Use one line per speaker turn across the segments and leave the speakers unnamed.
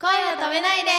声を止めないで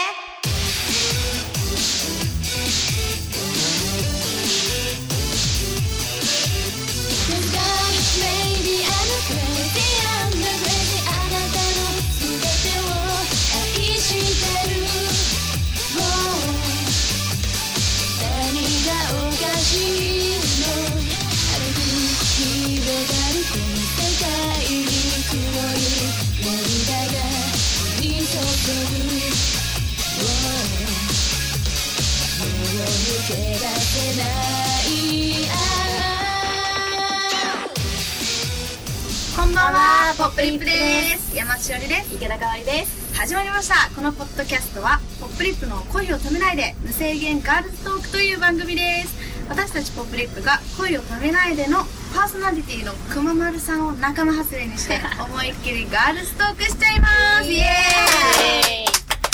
こんばんはポップリップです山内しおりです
池田香織です
始まりましたこのポッドキャストはポップリップの恋を止めないで無制限ガールズトークという番組です私たちポップリップが恋を止めないでのパーソナリティのくままるさんを仲間外れに して思いっきりガールズトークしちゃいますイエーイ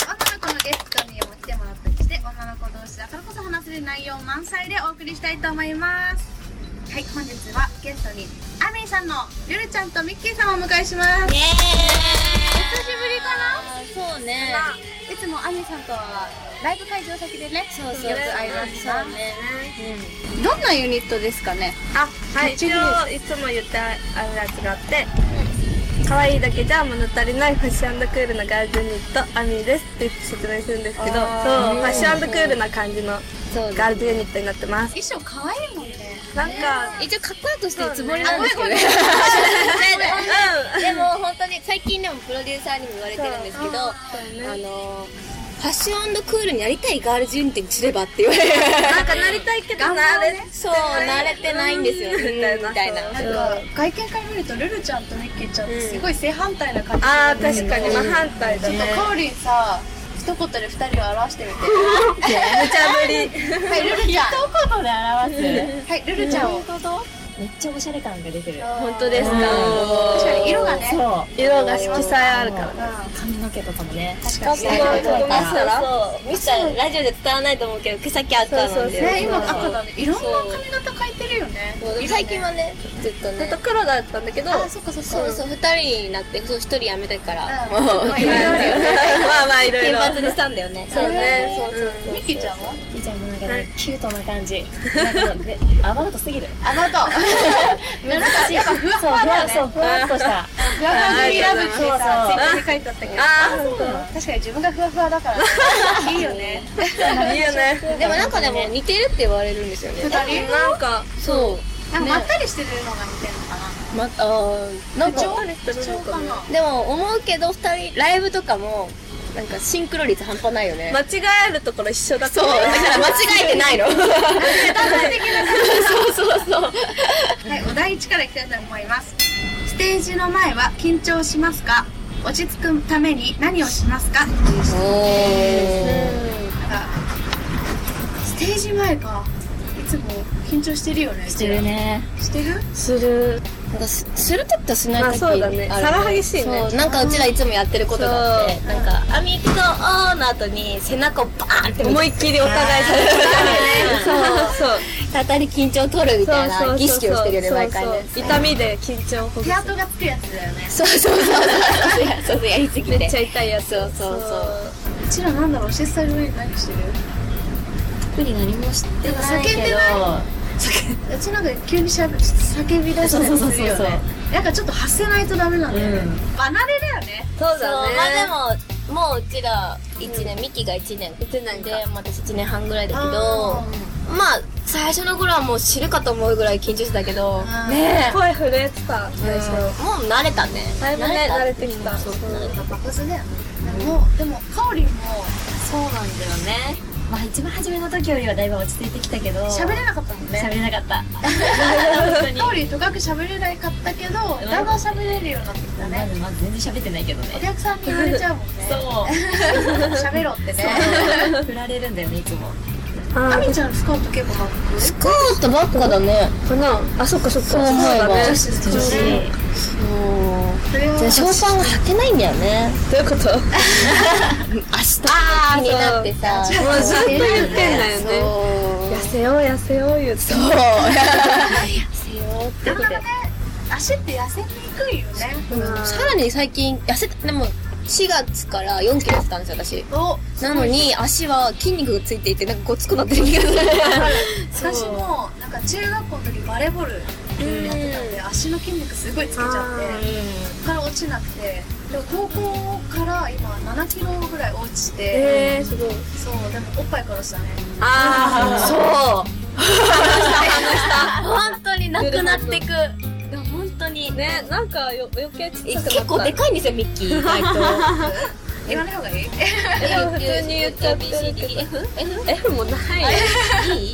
女の子のゲストにも来てもらったりして女の子同士だからこそ話せる内容満載でお送りしたいと思いますはい本日はゲストにアミーさんのゆるちゃんとミッキーさんをお迎えします
イ
久
エーイ
しぶりかな
そうね
まあいつもアミさんとはライブ会場先でね
そうそう
よく会いますな
そうね
どんなユニットですかね
あ、はい、一応いつも言ってあるやつがあって可愛いだけじゃ物足りないファッションクールのガールズユニットアミーですって説明するんですけどそうフ
あー
ァッションクールな感じの
そうね
ガールズユニットになってます
衣装可愛いもんね
なんか
一応かっこよく してるつもりなんですけどねでも本当に最近でもプロデューサーにも言われてるんですけどあのファッションクールになりたいガールズユニットにすればって言われる
なんかなりたいけどなれ
そう慣れてないんですよね
みたいな
みたいな
そう
なんか外見から見るとルルちゃんとミッキーちゃんってすごい正反対な感じ
あー確かに真反対だ
ちょっと
ね
カオリンさ一言で二人を表してみて
無茶ぶり
はいルルちゃん一言で表すはいルルちゃんを
めっちゃおしゃれ感が出てる
本当ですか
確かに色がね
そう
色が色彩あるから
う
ね
ん
髪の毛とかもね
確か
かっ
に
こ
ね
い
そ
い
うそうそう
そうミスターラジオで伝わらないと思うけど草木あったなんで
ね今赤だねいろんな髪型変えてるよね
そうでも最近はねずっと
ずっ
ね
と黒だったんだけど
あそっかそっか
そうそう二人になってそう一人辞めたから
うん
もう
まあいろいろあるよね
まあまあいろい
金
ろ
髪にしたんだよね
そうねそうそう
ミッキーちゃんは
みーちゃんもなんかねキュートな感 じなんかねアバウトすぎる
あなた
難しいそうふわそうふわっとした
ふわふわ好きラブってさ
そうそう
ツイッターに書いてあったけど
ああ
確かに自分がふわふわだからねいいよね
いいよね
でもなんかでも似てるって言われるんですよね
二人
なんか
そう
なんかまったりしてるのが似てるのか
まあーなんか
あれと
なそうかな
でも思うけど二人ライブとかもなんかシンクロ率半端ないよね
間違えるところ一緒だ
そうだから間違えてないのそうそうそう
はいお題1からいきたいと思いますステージの前は緊張しますか落ち着くために何をしますかっていう質問なんかステージ前かいつも緊張してるよね
してるね
してる
する
なんかすするときとしないとき
まあそうだね差が激しいね
そうなんかうちらいつもやってることがあって
そ
なんか「アミクとオー」の後に背中をバーンって
思いっきりお互いされてるそうそう
たたり緊張取るみたいな儀式をしてるよね毎回ね
痛みで緊張をほぐ
手
す
跡がつくやつだよね
そうそうそうそうそうそうやりすぎて
めっちゃ痛いやつ
そうそうそう
うちらなんだろう教えされる上に何してる
特に何もしてない
叫ん
け
で
ど
なうちなんか急にしゃべ叫び出したりする
そう
よ
そうそう
ねなんかちょっと発せないとダメなんだよね、離れだよね
そう
そう
だね
まあでももううちら1年、ミキが1年
1年か
でまあ私1年半ぐらいだけど
あ
まあ最初の頃はもう知るかと思うぐらい緊張してたけど
あー
ね
声震えてた最
え
初
もう慣れたね
だいぶね慣れてきた
そう
うん
慣れた
爆発だよねでもでもかおりんも
そうなんだよね
まあ一番初めの時よりはだいぶ落ち着いてきたけど
喋れなかったもん
喋れな
ね
かった
かおりんとかく喋れなかったけどだんだん喋れるようになってきた
ま
ね
ずまず全然喋ってないけど
お
ね
客さんに言われちゃうもんね
そう
喋ろってね
振られるんだよねいつも
あ
あ
みちゃんスカート結構巻く
スカートばっかだね
かなあそっかそっかそう
そう
だね
女
子好き
そ
だ
う
ね
そう
それは
じゃあショーパンが履けないんだよね
どういうこと
明日気になってさ
もうずっと言ってんだよね
そう
痩せよう痩せよう言って
そう
なかなかね足って痩せにくいよね
さらに最近痩せたでも4月から4キロやったんですよ、私。
お
なのに、足は筋肉がついていて、なんかごつくなってる 気がする。
私もなんか中学校の時バレーボールやってたんで足の筋肉すごいつけちゃってそこから落ちなくてでも高校から今7キロぐらい落ちて、
えー、すごい。
そうでもおっぱいからしたね
あー、そう。
本当になくなってく。本当に。
ね、なんかよ余計ちっちゃくなった。
結構でかいんですよ、ミッキー。意外と。
言わない方がいい
今普通に言っちゃってるけど
F?
F もない。
F? い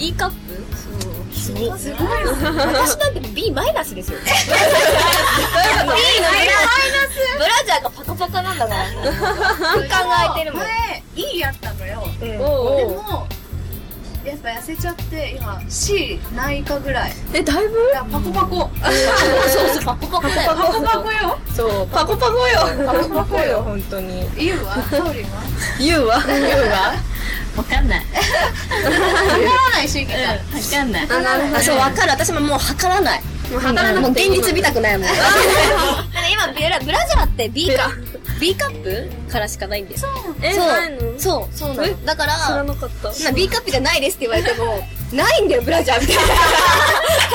いいいカップ
すごい。
すごいです
私なんて B マイナスですよ。
いいのマイナスブラジャーがパカパカなんだから。考えてるもん。
前 E やったのよ
うん
で
おう
もやっぱ痩せちゃって今 C ないかぐらい
え、だいぶ
いやパコパコ
そうそう、パコパコだよ。
パコパコよ
そう。
パコパコよ。
パコパコよ、本当に。
U はソーリンは
言うわ。
わかんない。
わからないしゅうきちゃん
わかんない。
あ、なる
あ、そう、わかる。私ももう測らない。
もう働かな
もう
くて
現
いい。
実見た くないもん。だから今ブラ、ブラジャーって B カップ ?B カップからしかないんです。
え、ないの
そう、そうなの。だか
知ら
ら、
なかった。
な B カップじゃないですって言われても、ないんだよ、ブラジャーみたいな。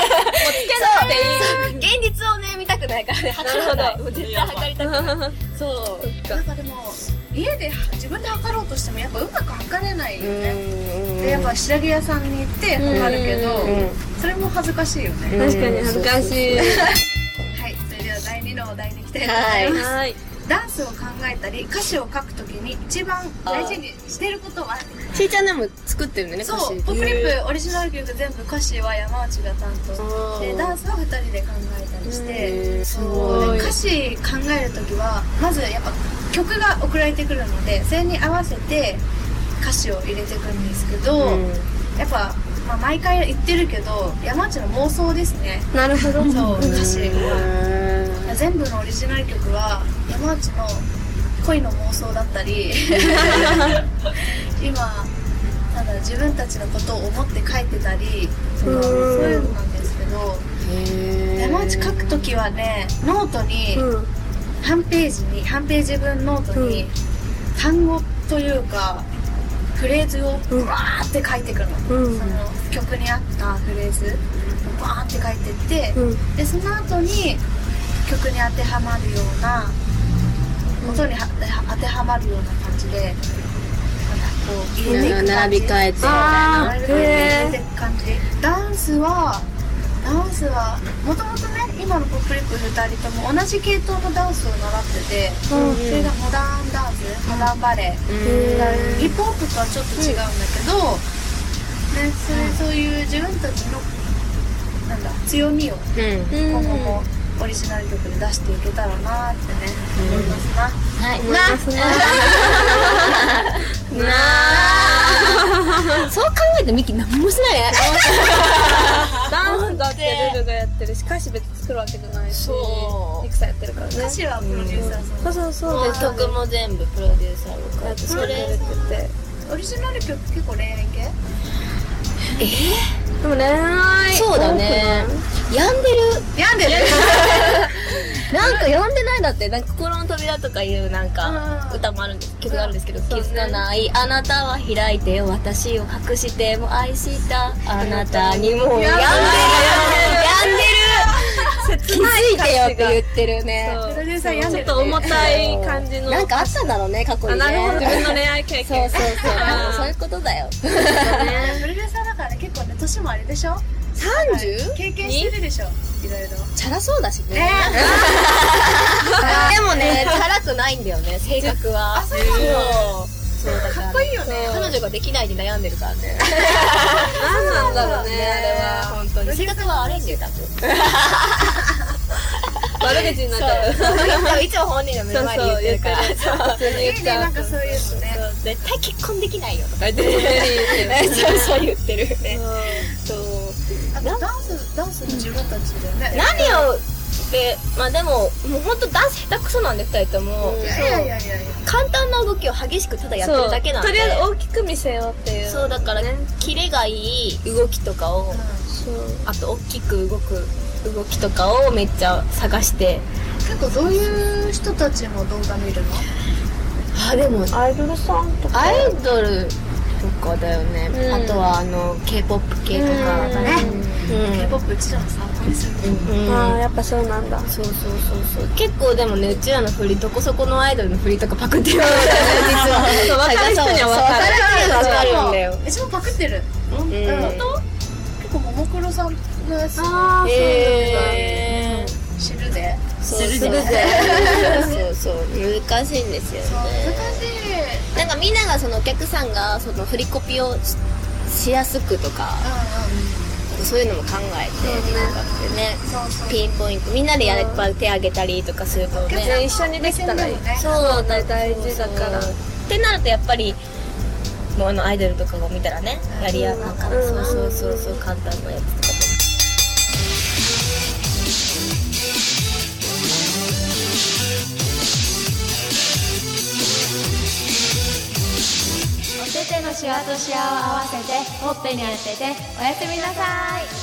そう現実をね、見たくないからね、測らない。もう絶対測りたくない。そう。
なんかでも家で自分で測ろうとしてもやっぱうまく測れないよねでやっぱ白毛屋さんに行って測るけどそれも恥ずかしいよね
確かに恥ずかしい。
はいそれでは第2のお題に行きたいと
は
思います
はい。
ダンスを考えたり歌詞を書くときに一番大事にしてることは
ちーちゃんでも作ってるんだよね、
そ
歌
う
詞
ポップリップオリジナル曲全部歌詞は山内が担当してダンスは2人で考えたりしてそうで歌詞考える時はまずやっぱ曲が送られてくるのでそれに合わせて歌詞を入れてくんですけど、やっぱ、まあ、毎回言ってるけど山内の妄想ですね
なるほど。
そう歌詞は全部のオリジナル曲は山内の恋の妄想だった り今ただ自分たちのことを思って書いてたりそのそういうのなんですけど山内書くときはねノートに
うん。
半ページに半ページ分ノートに単語というかフレーズを
うん
わーって書いてくるの,、
うん
その曲に合ったフレーズをわーって書いてって、
うん。
でその後に曲に当てはまるような音には当てはまるような感じでなんかこう入れていく感じ
並び替えて
あ
並
ー、
べ替え
へ
て
え。
いく感じダンスはダンスはもともとね今のポップリップ2人とも同じ系統のダンスを習ってて、
うん
それがモダンダンスモダンバレエ、ヒップホップとはちょっと違うんだけど、ね、それそういう自分たちのなんだ強みを
うん。
今後もオリジナル曲で出していけたらなーってね、思いますな。
はい。
な、
そう考えてミキ何もしないね。
ダンスだってルルがやってるし、歌詞別に作るわけじゃないし、
そう
いくさやってるからね。
歌詞はプロデューサーさん、
そうそうそうです。
曲も全部プロデューサー
だ
が
って作れるって言って。
オリジナル曲結構恋愛系
でも恋愛
そうだね。病んでる
病んでる
なんか病んでないだって、なんか心の扉とかいうなんか
うん
歌もあるんです、曲があるんですけど、
そうね
傷のないあなたは開いてよ、私を隠しても愛したあなたにもう病んでる病んでる気づいてよって言ってるね。
そう
プロデューサー病
ち
んで
ょっ
る
と重たい感じの。
なんかあったんだろうね、過去
あ、
にね。
なるほど。自分の恋愛経
そう
験。
そうそう
あー。
そういうことだよ。
プロデューサーだからね結構ね年もあれでしょ
30?
経験してるでしょいろいろ
チャラそうだし ね。
ね
でもね、チャラくないんだよね、性格は。
あそうな
のそうだ
からっこいいよね
彼女ができないで悩んでるからね。
なんなんだろうね、あれは。本当に。
性格は悪いんだよ、多分。
悪口になっちゃう。そう
でもいつも本人の目の前で言ってるから。
そう
そう
普通に
いい
言っ
ね
ちゃ
な。
うん
かそういうのね
そう絶対結婚できないよとか言って
無理言ってる
る。そうそう言ってるね。そう。
あとダンスダンスも自分たちだよね
何を、で、まあでも、もう本当ダンス下手くそなんで、二人とも。
いやいやいやいやいや
簡単な動きを激しくただやってるだけなんで。
そうとりあえず大きく見せようっていう。
そうだから、キレがいい動きとかを、
う
あと大きく動く動きとかをめっちゃ探して
結構どういう人たちの動画見るの
あでも
アイドルさんとか
アイドルとかだよね、
うん
あとはあの k p o p 系とか
なんかね、
うん
K-POP うちらも参考にするけど、
うん
ああやっぱそうなんだ
そうそうそうそう結構でもねうちらの振りどこそこのアイドルの振りとかパクってるのよね実は
分かる人には分かる
そう分かる人には分かるんだよ
うちもパクってる
うん
本当結構ももクロさんのやつ
あ
え
知るで
ーそうそう
するぜ
そうそう難しいんですよ
難
ね
しい
なんかみんながそのお客さんがその振りコピをししやすくとか
う
そういうのも考えてなんかね
んうんそうそう
ピンポイントみんなでやれば手挙げたりとかするとね
全員一緒にできたらいい
目線でもね
そう
大事だから
ってなるとやっぱりもうあのアイドルとかを見たらねやりやなんか
うん
そうそうそうそう簡単なやつとか
お手手のシワとシワを合わせてほっぺに当てておやすみなさい